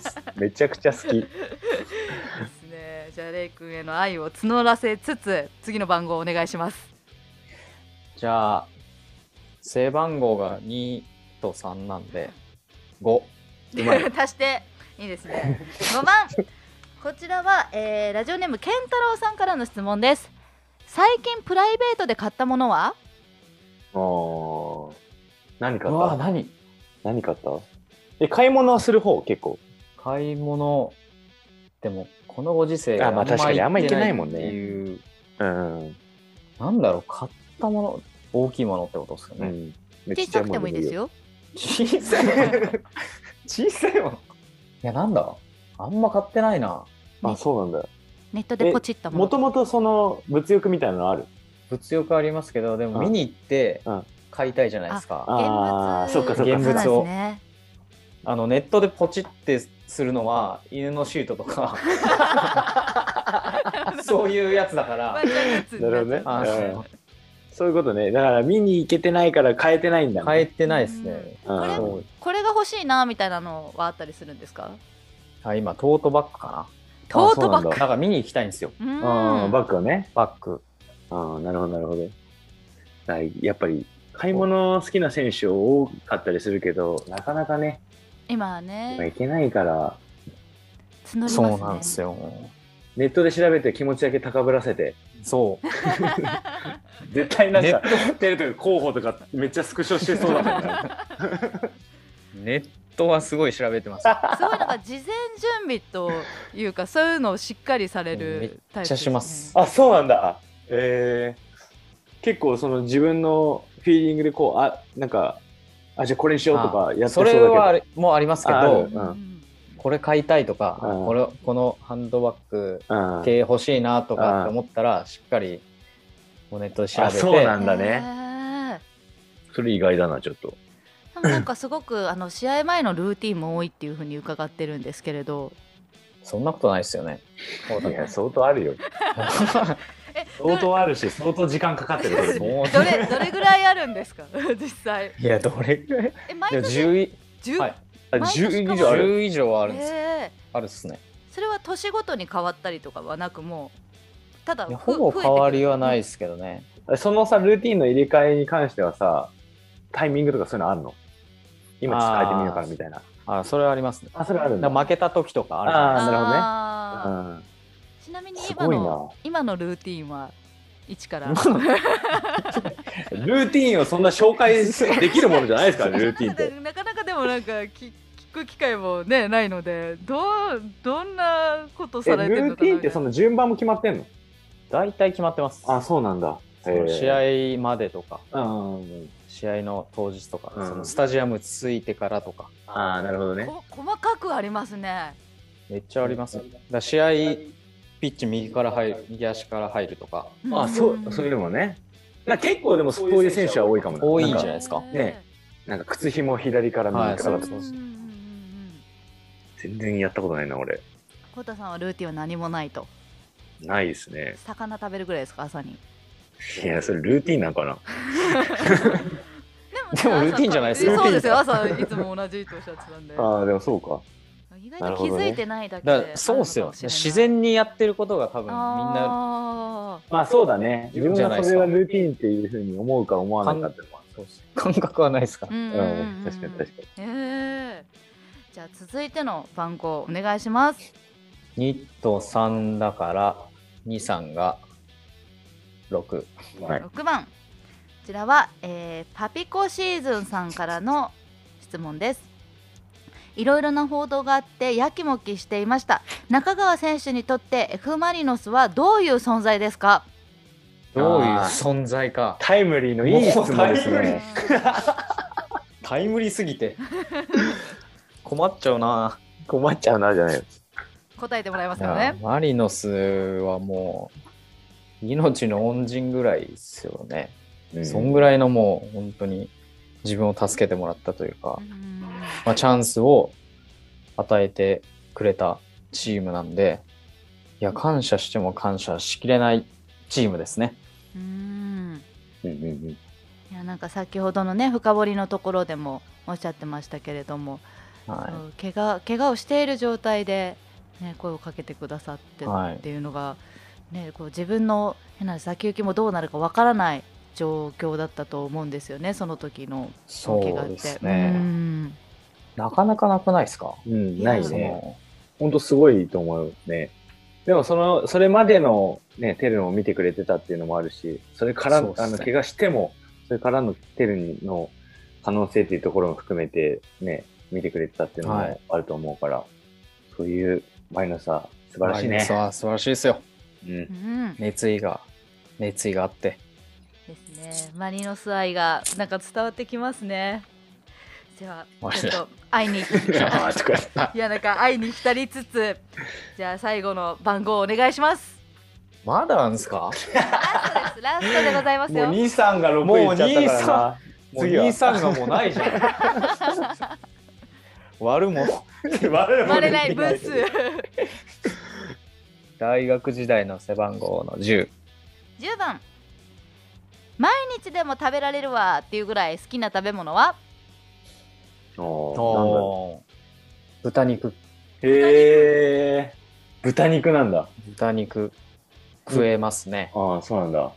Speaker 2: す。めちゃくちゃ好き。
Speaker 3: ですねじゃあレイ君への愛を募らせつつ次の番号をお願いします
Speaker 4: じゃあ正番号が2と3なんで5
Speaker 3: [laughs] 足していいですね5番こちらは、えーラジオネームケンタロウさんからの質問です最近プライベートで買ったものは
Speaker 2: おー何買
Speaker 4: う
Speaker 2: っ
Speaker 4: わ
Speaker 2: た
Speaker 4: 何
Speaker 2: 何買ったえ、買い物はする方結構。
Speaker 4: 買い物でもこのご時世
Speaker 2: あまあ確かにあんま行けないもんね
Speaker 4: っていう
Speaker 2: うん。
Speaker 4: なんだろう買ったもの大きいものってことですよ
Speaker 2: う
Speaker 4: ね、
Speaker 2: ん。めっ
Speaker 3: 小
Speaker 2: ちゃ
Speaker 3: さくてもいいです。よ
Speaker 4: 小さ
Speaker 2: [laughs]
Speaker 4: い小さいものいやなんだあんま買ってないな
Speaker 2: あ、そうなんだ。
Speaker 3: ネットでポチったも
Speaker 2: も
Speaker 3: の
Speaker 2: ともとその物欲みたいなのある。
Speaker 4: 物欲ありますけどでも
Speaker 2: うん
Speaker 4: 見に行って
Speaker 2: うん
Speaker 4: 買いたいじゃないですか、
Speaker 2: あ
Speaker 4: あ
Speaker 3: 現
Speaker 2: あ
Speaker 3: 物
Speaker 2: ーそっかそっか
Speaker 4: 現物を
Speaker 3: そうですね
Speaker 4: のネットでポチってするのは犬のシート
Speaker 2: [laughs]
Speaker 4: とかそう
Speaker 3: [laughs]
Speaker 4: いうやつだから
Speaker 2: なるほどね。
Speaker 4: あ
Speaker 2: うん
Speaker 4: の
Speaker 2: そういうことね。だから見に行けてないから買えてないんだね。
Speaker 4: 買えてないですね、
Speaker 2: うん
Speaker 3: これ
Speaker 2: うん
Speaker 4: そう
Speaker 3: これが欲しいなみたいなのはあったりするんですか
Speaker 4: あ今トートバッグか
Speaker 3: トートバッ
Speaker 2: あそうなん
Speaker 4: な
Speaker 2: だ
Speaker 3: グ
Speaker 4: なんか見に行きたいんですよ
Speaker 3: うーん
Speaker 2: あーバッグはね。
Speaker 4: バッグ
Speaker 2: ああ、なるほど、なるほど。だいやっぱり、買い物好きな選手多かったりするけど、なかなかね、
Speaker 3: 今は
Speaker 2: 今
Speaker 3: ね
Speaker 2: 行けないから、
Speaker 3: 募ります
Speaker 4: そ
Speaker 3: ね
Speaker 4: うなんですよ
Speaker 2: ネットで調べて気持ちだけ高ぶらせて、
Speaker 4: そう
Speaker 2: 絶対なん
Speaker 4: ネ
Speaker 2: か、テレとか候補とかめっちゃスクショしてそうだもんね。
Speaker 4: ネットはすごい調べてます
Speaker 3: すごいなんか事前準備というかそういうのをしっかりされるタ
Speaker 4: めっ
Speaker 3: イプ
Speaker 4: ちゃ
Speaker 3: です
Speaker 4: し
Speaker 3: ね
Speaker 4: ます
Speaker 2: [laughs] あ、そうなんだ。えー、結構その自分のフィーリングでこう、あ、なんか、あ、じゃあこれにしようとかやってそ
Speaker 4: そう
Speaker 2: だけ
Speaker 4: れ
Speaker 2: ど。
Speaker 4: はあれもうありますけ
Speaker 2: あある
Speaker 4: ど
Speaker 2: うん
Speaker 4: これ買いたいとか、
Speaker 2: うん
Speaker 4: これこのハンドバッグ
Speaker 2: うん
Speaker 4: 系欲しいなとかって思ったら、しっかりもうネットで調べ
Speaker 2: あそうな
Speaker 4: て
Speaker 2: んだね
Speaker 3: ね
Speaker 2: それ意外だな、ちょっと。
Speaker 3: でもなんかすごくあの試合前のルーティンも多いっていうふうに伺ってるんですけれど
Speaker 4: そんなことないですよね。そう
Speaker 2: いや、相当あるよ。相当あるし、相当時間かかってる。それ
Speaker 3: [laughs]
Speaker 2: も [laughs]
Speaker 3: ど
Speaker 4: [laughs]
Speaker 3: れどれぐらいあるんですか [laughs] 実際
Speaker 4: いやどれ
Speaker 2: [laughs]
Speaker 4: ぐらい
Speaker 3: え毎
Speaker 4: でも
Speaker 3: 年
Speaker 4: 10い
Speaker 3: 10
Speaker 4: はい
Speaker 2: あ
Speaker 3: 毎年
Speaker 2: 10以上ある。
Speaker 4: 10以上はあるんです、
Speaker 3: え
Speaker 4: あるっすね。
Speaker 3: ーそれは年ごとに変わったりとかはなくもうただ
Speaker 4: いや
Speaker 3: ふ
Speaker 4: ほぼ変わりはない
Speaker 3: 増え
Speaker 4: ですけどね。
Speaker 2: そのさ、ルーティンの入れ替えに関してはさ、タイミングとかそういうのあるの今ちょっと変えてみようかなみたいな。
Speaker 4: あそれはありますね。
Speaker 2: あ、それあるん
Speaker 4: だ
Speaker 2: だ。
Speaker 4: から負けた時とかあるじ
Speaker 3: てく
Speaker 4: ゃな
Speaker 3: る
Speaker 4: い
Speaker 2: あーなるほどねう
Speaker 3: あー
Speaker 2: ん、
Speaker 3: ちなみに
Speaker 2: す
Speaker 3: 今
Speaker 2: ごい
Speaker 3: の
Speaker 2: な。
Speaker 3: 今のルーティンは1から [laughs]
Speaker 2: ルーティンをそんな紹介できるものじゃないですから、ルーティンっ
Speaker 3: な
Speaker 2: て。
Speaker 3: かなかでもなんかき聞聞く機会もねないのでどうどんなこと
Speaker 2: え
Speaker 3: さ
Speaker 2: ル
Speaker 3: れてる
Speaker 2: ー
Speaker 3: のか
Speaker 2: テ
Speaker 3: な
Speaker 2: ィンってその順番も決まってんの
Speaker 4: 大体決まってます。
Speaker 2: あ、そうなんだ。
Speaker 4: その
Speaker 2: 合。
Speaker 4: 試合までとか、
Speaker 2: うん。
Speaker 4: 試合の当日とか、
Speaker 2: うん
Speaker 4: そのスタジアム着いてからとか、
Speaker 2: ああ、なるほどね。
Speaker 3: こ細かくありますね
Speaker 4: めっちゃありますよ。だから試合、ピッチ右から入る、右足から入るとか、
Speaker 2: あ、そう、そういうのもね。なんか結構でもそういう選手は多いかもな。
Speaker 4: 多いん
Speaker 2: な
Speaker 4: じ
Speaker 2: か
Speaker 4: ゃないですか
Speaker 2: ねなんか靴ひも左から右から
Speaker 4: は
Speaker 2: だと
Speaker 4: いそうそうそう
Speaker 2: 全然やったことないな、俺。
Speaker 3: コウタさんはルーティンは何もないと
Speaker 2: ないですね。
Speaker 3: 魚食べるぐらいですか朝に
Speaker 2: いや、それルーティンなんかな。
Speaker 4: でもルーティンじゃないです
Speaker 2: か
Speaker 3: そうですよ朝いつも同じとおっしゃってたんで
Speaker 2: ああ、でもそうか。
Speaker 3: 意外と気づいてないだけで
Speaker 4: だからそうっすよ。自然にやってることが多分みんな
Speaker 3: な
Speaker 2: まあそうだね。自分
Speaker 4: じゃない
Speaker 2: が
Speaker 4: で
Speaker 2: そ
Speaker 4: す
Speaker 2: れ
Speaker 4: か
Speaker 2: はルーティンっていうふうに思うか思わなかったのもあるそうです
Speaker 4: 感覚はないですから。
Speaker 3: うんうんうんうん
Speaker 2: 確かに確かに。
Speaker 3: ええじゃあ続いての番号お願いします
Speaker 4: 2と3だから、2、3が6。
Speaker 2: はい。
Speaker 3: 6番こちらは、えーパピコシーズンさんからの質問ですいろいろな報道があってやきもきしていました中川選手にとって F ・マリノスはどういう存在ですか
Speaker 4: どういう存在か。
Speaker 2: タイムリーのいい質問です
Speaker 4: もうタイムリ
Speaker 2: ね
Speaker 4: ー。タイムリーすぎ
Speaker 3: [laughs]
Speaker 4: て。困っちゃうな。
Speaker 2: 困っちゃうな、じゃないよ。
Speaker 3: 答えてもらえますかね
Speaker 4: マリノスはもう、命の恩人ぐらいですよね。そんぐらいのもう、本当に自分を助けてもらったというか
Speaker 3: う、ん
Speaker 4: まあ、チャンスを与えてくれたチームなんで、いや、感謝しても感謝しきれないチームですね。
Speaker 3: うん
Speaker 2: うんうんうん
Speaker 3: いやなんか先ほどのね深掘りのところでもおっしゃってましたけれども、そ
Speaker 4: は
Speaker 3: う怪我怪我をしている状態で、ね、声をかけてくださって
Speaker 4: はい
Speaker 3: っていうのが、ね、こう自分の変な話先行きもどうなるかわからない状況だったと思うんですよねその時の
Speaker 4: い。
Speaker 3: 怪我っ
Speaker 4: そう
Speaker 3: て。
Speaker 4: です
Speaker 3: う
Speaker 4: ね。
Speaker 3: ん
Speaker 4: なかなかなくないですか
Speaker 2: うん、ない
Speaker 4: そ
Speaker 2: ね。
Speaker 4: の
Speaker 2: ほんとすごいと思うね。でもその、それまでのね、テルを見てくれてたっていうのもあるし、それから、
Speaker 4: そうっすね
Speaker 2: あの、怪我しても、それからのテルの可能性っていうところも含めて、ね、見てくれてたっていうの
Speaker 4: はい
Speaker 2: もあると思うから、そういうマイナスは素晴らしい
Speaker 4: マリノ
Speaker 2: ね
Speaker 4: ス。は素晴らしいですよ。
Speaker 2: うん
Speaker 3: う。ん
Speaker 4: 熱意が、熱意があって。
Speaker 3: ですねマリノス愛がなんか伝わってきますね。では
Speaker 4: マ
Speaker 3: ち
Speaker 4: ジ
Speaker 3: ょっ
Speaker 4: で
Speaker 3: と会いに
Speaker 2: ああ、とか。
Speaker 3: [laughs] いやなんか会いに浸りつつじゃあ最後の番号お願いし
Speaker 4: [laughs]
Speaker 3: ます。
Speaker 4: まだなんですか
Speaker 3: ラストです。ラストでございます
Speaker 2: もう
Speaker 3: よ。
Speaker 2: 兄さんが6位いっちゃったからな。
Speaker 4: もう
Speaker 2: 次は
Speaker 4: 兄さんがもうないじゃん。 [laughs] 悪もん。
Speaker 2: 割
Speaker 3: 生まれないブース。
Speaker 4: 大学時代の背番号の10。
Speaker 3: 10番毎日でも食べられるわっていうぐらい好きな食べ物は
Speaker 2: おー
Speaker 4: 豚肉、
Speaker 2: なんだへえ。豚肉なんだ。
Speaker 4: 豚肉食えますね。
Speaker 2: ああ、そうなんだ。も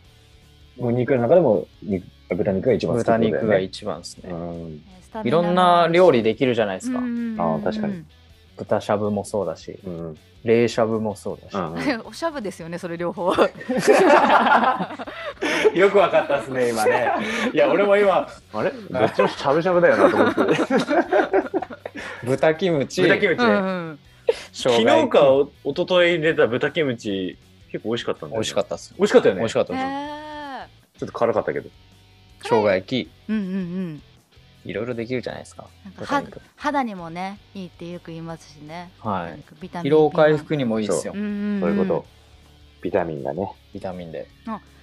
Speaker 2: う肉の中でも肉豚肉が一番好きって
Speaker 4: 豚
Speaker 2: ことだよね。
Speaker 4: 肉が一番ですね。
Speaker 2: うん。
Speaker 4: いろんな料理
Speaker 3: で
Speaker 4: できるじゃないですか。
Speaker 2: あー確かに
Speaker 4: 豚しゃぶもそうだし、
Speaker 2: うん。
Speaker 4: 冷しゃぶもそうだし。
Speaker 3: [laughs] おしゃぶですよねそれ両
Speaker 4: [laughs]
Speaker 3: 方
Speaker 2: よくわかったですね、 [laughs] 今ね。 [laughs] いや、俺も今、あれどっちもしゃぶしゃぶだよなと思って。 [laughs]
Speaker 4: 豚キムチ、
Speaker 2: 豚キム
Speaker 3: う
Speaker 2: チね。
Speaker 3: んうん
Speaker 4: 生姜
Speaker 2: 昨日
Speaker 4: 焼き
Speaker 2: かお一昨日出た豚キムチ、結構美味しかったんだよね。
Speaker 4: 美味しか
Speaker 2: った。
Speaker 4: ったです。
Speaker 2: 美味しかったよ
Speaker 4: 美
Speaker 2: ね。
Speaker 4: 味しかったです。
Speaker 3: へー
Speaker 2: ちょっと辛かったけど。
Speaker 4: 生姜焼き、
Speaker 3: うんうんうん
Speaker 4: いろいろできるじゃないですか。
Speaker 3: なんか
Speaker 4: 豚
Speaker 3: は
Speaker 4: 肉。
Speaker 3: 肌にもねいいってよく言いますしね
Speaker 4: はい
Speaker 3: なん。かビタミン
Speaker 4: 疲労回復にもいいですよ
Speaker 3: う。んうんん
Speaker 2: そういうこと。ビタミンがね。
Speaker 4: ビタミンで。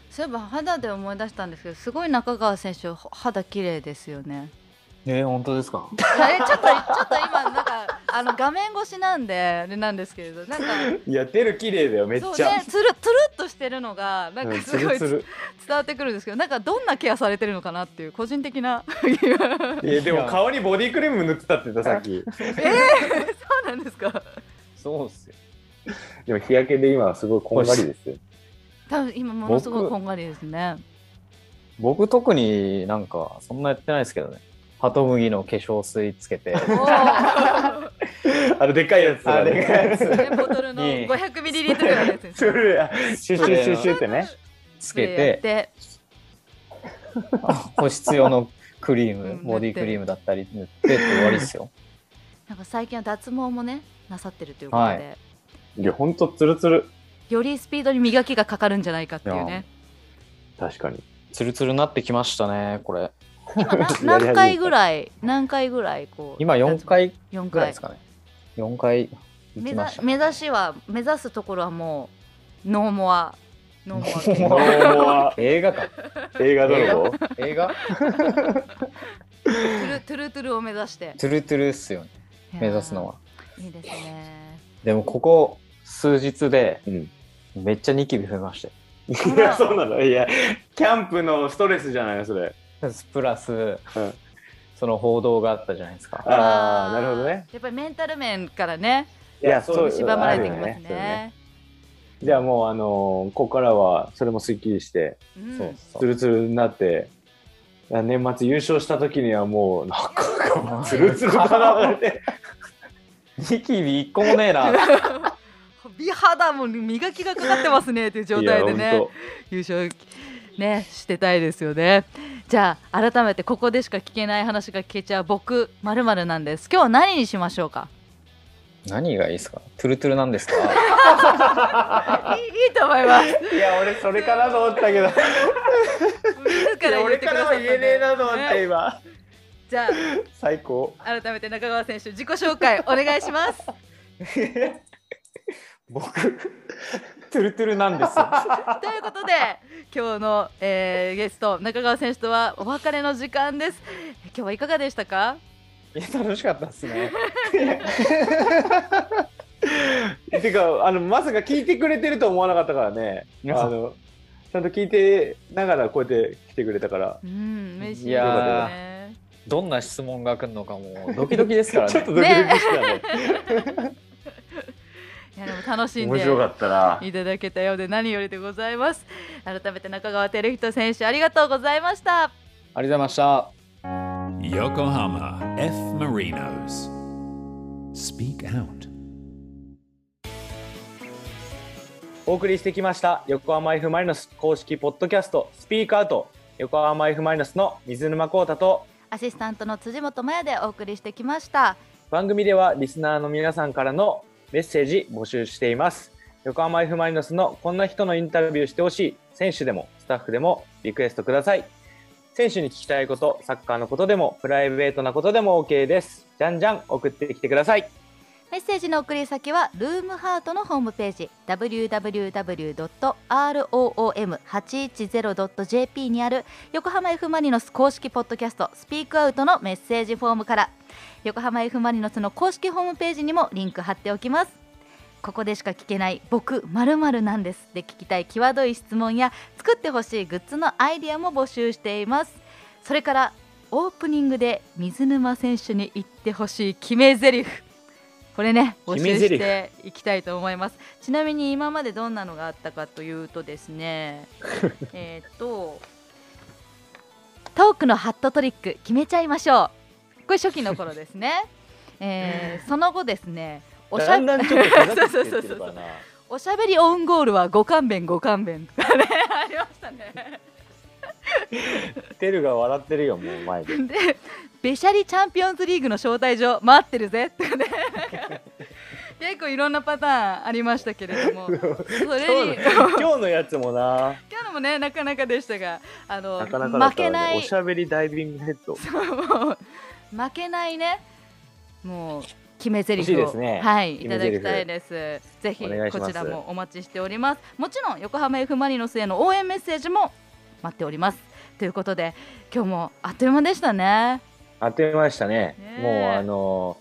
Speaker 3: そういえば肌で思い出したんですけどすごい中川選手肌綺麗ですよね [laughs]
Speaker 4: えー、本当ですか
Speaker 3: あれちょっとちょっと今なんかあの画面越しなんであれなんですけれどなんか
Speaker 2: いや、出る綺麗だよ、め
Speaker 3: そうねつるつるっとしてるのがなんかすごいつ伝わってくるんですけどなんかどんなケアされてるのかなっていう個人的な
Speaker 2: えーでも顔にボディクリーム塗ってたって言ったさっき
Speaker 3: えー、そうなんですか
Speaker 4: そうっすよ。
Speaker 2: でも日焼けで今はすごいこんがりですよ
Speaker 3: 多分今ものすごいこんがりですね
Speaker 4: 僕特になんか、そんなやってないですけどね。ハトムギの化粧水つ
Speaker 3: [laughs]
Speaker 4: けて、
Speaker 3: おー
Speaker 2: あれでっかいやつ
Speaker 4: あれでっかいやつ
Speaker 3: [laughs] ねボトルの
Speaker 4: いい
Speaker 3: 500ml ぐらいのやつです
Speaker 2: それシュッシュッシュッシュッってね
Speaker 4: つ
Speaker 3: それ
Speaker 4: け、
Speaker 3: やって
Speaker 4: 保湿用のクリー
Speaker 3: うん
Speaker 4: ム、
Speaker 3: 塗って
Speaker 4: ボディクリームだったり塗ってって終わりですよ。
Speaker 3: なんか最近は脱毛もねなさってるということで、
Speaker 4: はい
Speaker 2: いや、ほんとツルツル。
Speaker 3: よりスピードに磨きがかかるんじゃないかっていうね
Speaker 2: 確かに。
Speaker 4: [laughs] ツルツルになってきましたね、これ。
Speaker 3: 今な
Speaker 2: やり始め
Speaker 3: 何
Speaker 2: た
Speaker 3: 回ぐらい何回ぐらいこう
Speaker 4: 今4回
Speaker 3: 4
Speaker 4: ぐら
Speaker 3: 回
Speaker 4: いですかね。4回行
Speaker 3: 目
Speaker 4: き
Speaker 3: 指
Speaker 4: ました。
Speaker 3: 目指しは目指すところはもうノーモアノーモ
Speaker 2: ノーモア
Speaker 4: 映画か。
Speaker 2: 映画泥棒
Speaker 3: [laughs]
Speaker 4: 映画
Speaker 3: アトゥルトゥルトゥルを目指して
Speaker 4: トゥルトゥルっすよね、目指すのはい
Speaker 3: やーいいですね
Speaker 4: でもここ数日で
Speaker 2: うん。
Speaker 4: めっちゃニキビ増えまし
Speaker 2: いや、そうなの。いや、キャンプのストレスじゃないの、それ。
Speaker 4: てプラス
Speaker 2: うん
Speaker 4: その報道があったじゃないですか
Speaker 2: ああ、なるほどね。
Speaker 3: やっぱりメンタル面からね
Speaker 2: いや、そう
Speaker 3: 縛られてきます
Speaker 2: あ
Speaker 3: ね
Speaker 2: るよそうねじゃあもう、あのーここからは、それもスッキリして、
Speaker 3: うん
Speaker 4: そう
Speaker 2: ツルツルになって、いや年末優勝した時にはもう、なんかもう、ツルツルかられて、
Speaker 4: ニキビ一個もねえな [laughs]
Speaker 3: 美肌も磨きがかかってますねっていう状
Speaker 2: いや
Speaker 3: 態でね
Speaker 2: ほんと
Speaker 3: 優勝ねしてたいですよねじゃあ改めてここでしか聞けない話が聞けちゃう僕まるなんです今日は何にしましょうか
Speaker 4: 何がいいですかトゥルトゥルなんですか
Speaker 3: いいいいと思います
Speaker 2: いや、俺、それかなと思ったけど、
Speaker 3: 自
Speaker 2: い
Speaker 3: ら
Speaker 2: や
Speaker 3: 言
Speaker 2: 俺
Speaker 3: ってく
Speaker 2: か
Speaker 3: ださ
Speaker 2: らは
Speaker 3: った
Speaker 2: 言えねえなと思っ
Speaker 3: ね
Speaker 2: て、今。
Speaker 3: じゃ
Speaker 2: 最高。
Speaker 3: あ改めて中川選手自己
Speaker 2: [laughs]
Speaker 3: 紹介お願いします
Speaker 4: 僕トゥルトゥルなんですよ
Speaker 3: ということで今日の、えーゲスト中川選手とはお別れの時間です今日はいかがでしたか
Speaker 4: [laughs] いや楽しかったですね
Speaker 2: てかあのまさか聞いてくれてると思わなかったからね
Speaker 4: いや
Speaker 2: あのちゃんと聞いてながらこうやって来てくれたから
Speaker 3: うん嬉しいです
Speaker 4: いや
Speaker 3: ね
Speaker 4: どんな質問が来るのかもうドキドキですから [laughs]
Speaker 2: ちょっと
Speaker 4: ね
Speaker 2: ドキドキしたね
Speaker 3: いやでも楽しんで
Speaker 2: ったない
Speaker 3: ただけたようで何よりでございます改めて中川照人選手ありがとうございました
Speaker 4: ありがとうございました
Speaker 1: Yokohama F. Marinos. Speak out.
Speaker 2: お送りしてきました横浜 F ・マリノス公式ポッドキャストスピークアウト横浜 F ・マリノスの水沼宏太と
Speaker 3: アシスタントの辻本麻也でお送りしてきました
Speaker 2: 番組ではリスナーの皆さんからのメッセージ募集しています横浜 F ・マリノスのこんな人のインタビューしてほしい選手でもスタッフでもリクエストください選手に聞きたいことサッカーのことでもプライベートなことでも OK ですじゃんじゃん送ってきてください
Speaker 3: メッセージの送り先はルームハートのホームページ www.room810.jp にある横浜 F ・マリノス公式ポッドキャストスピークアウトのメッセージフォームから横浜 F ・マリノスの公式ホームページにもリンク貼っておきますここでしか聞けない僕〇〇なんですで聞きたい際どい質問や作ってほしいグッズのアイディアも募集していますそれからオープニングで水沼選手に言ってほしい決め台詞これね募
Speaker 2: 決
Speaker 3: 集
Speaker 2: め台詞
Speaker 3: していきたいと思いますちなみに今までどんなのがあったかというとですねえっとトークのハットトリック決めちゃいましょうこれ初期の頃で
Speaker 2: [laughs]
Speaker 3: すね、えーその後ですねおしゃ
Speaker 2: だんだんちょっと下がってきてるからな
Speaker 3: おしゃべりオウンゴールはご勘弁ご勘弁とかね [laughs] ありましたね
Speaker 2: テルが笑ってるよもう前で
Speaker 3: でべしゃりチャンピオンズリーグの招待状待ってるぜとかね
Speaker 2: [laughs]
Speaker 3: 結構いろんなパターンありましたけれ
Speaker 2: [laughs]
Speaker 3: どもそれに
Speaker 2: 今日の今日のやつもな
Speaker 3: 今日もねなかなかでしたがあの
Speaker 2: なかなかだった
Speaker 3: 負け
Speaker 2: ら
Speaker 3: な
Speaker 2: ね
Speaker 3: い
Speaker 2: おしゃべりダイビングヘッド
Speaker 3: もう負けないねもう決め台
Speaker 2: 欲しい
Speaker 3: 詞
Speaker 2: で
Speaker 3: を
Speaker 2: すね
Speaker 3: はいい
Speaker 2: 決め
Speaker 3: ただ
Speaker 2: 台詞
Speaker 3: きたいですぜひ
Speaker 2: お願いし
Speaker 3: こ
Speaker 2: ます
Speaker 3: ちらもお待ちしておりますもちろん横浜 F ・マリノスへの応援メッセージも待っておりますということで今日もあっという間でしたね
Speaker 2: 当てましたね
Speaker 3: ねえ
Speaker 2: もうあの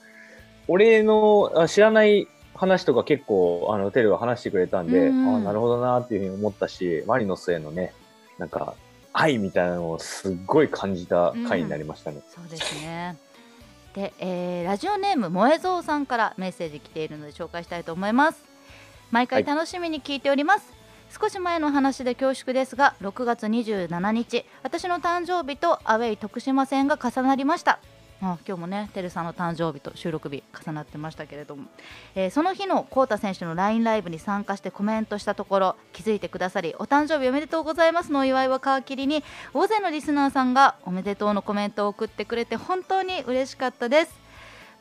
Speaker 2: 俺のあ知らない話とか結構あのテルが話してくれたんで、
Speaker 3: うんうん
Speaker 2: あなるほどなっていうふうに思ったしマリノスへのねなんか愛みたいなのをすっごい感じた回になりましたね、
Speaker 3: そうですねで、えーラジオネーム萌えぞうさんからメッセージ来ているので紹介したいと思います毎回楽しみに聞いております、少し前の話で恐縮ですが6月27日私の誕生日とアウェイ徳島戦が重なりましたあ今日もねてるさんの誕生日と収録日重なってましたけれども、えーその日のコウタ選手の LINE ライブに参加してコメントしたところ気づいてくださりお誕生日おめでとうございますのお祝いは皮切りに大勢のリスナーさんがおめでとうのコメントを送ってくれて本当に嬉しかったです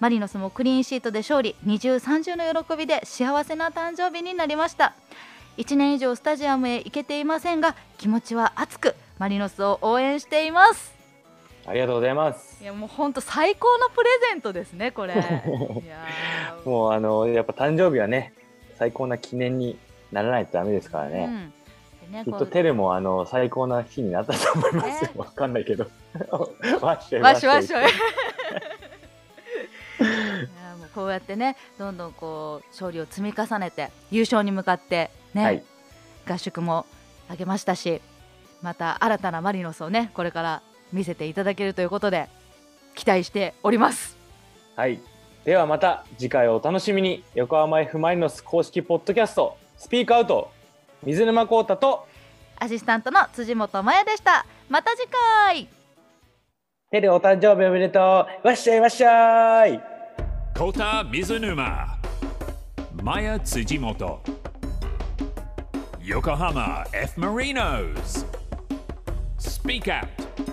Speaker 3: マリノスもクリーンシートで勝利2030の喜びで幸せな誕生日になりました1年以上スタジアムへ行けていませんが気持ちは熱くマリノスを応援しています
Speaker 2: ありがとうございます
Speaker 3: い。やもう本当最高のプレゼントですね [laughs] これいやー
Speaker 2: もうあの、やっぱ誕生日はね、最高な記念にならないとダメですから
Speaker 3: う
Speaker 2: ね。
Speaker 3: んでね
Speaker 2: きっ
Speaker 3: ことう
Speaker 2: テレもあの、最高な日になったと思いますよ
Speaker 3: ね。
Speaker 2: わかんないけど。 [laughs] わっしょい
Speaker 3: わし [laughs] わし
Speaker 2: ょい
Speaker 3: わしいやもうこうやってねどんどんこう勝利を積み重ねて優勝に向かってね、
Speaker 2: はい。
Speaker 3: 合宿もあげましたしまた新たなマリノスをねこれから見せていただけるということで期待しております
Speaker 2: はい。ではまた次回をお楽しみに、横浜 F ・マリノス公式ポッドキャスト、スピークアウト、水沼孝太と、
Speaker 3: アシスタントの辻元真也でしたまた次回
Speaker 2: テレお誕生日おめでとう、わっしゃいわっしゃい
Speaker 1: Kota Mizunuma. Maya Tsujimoto. Yokohama F. Marinos. Speak Out.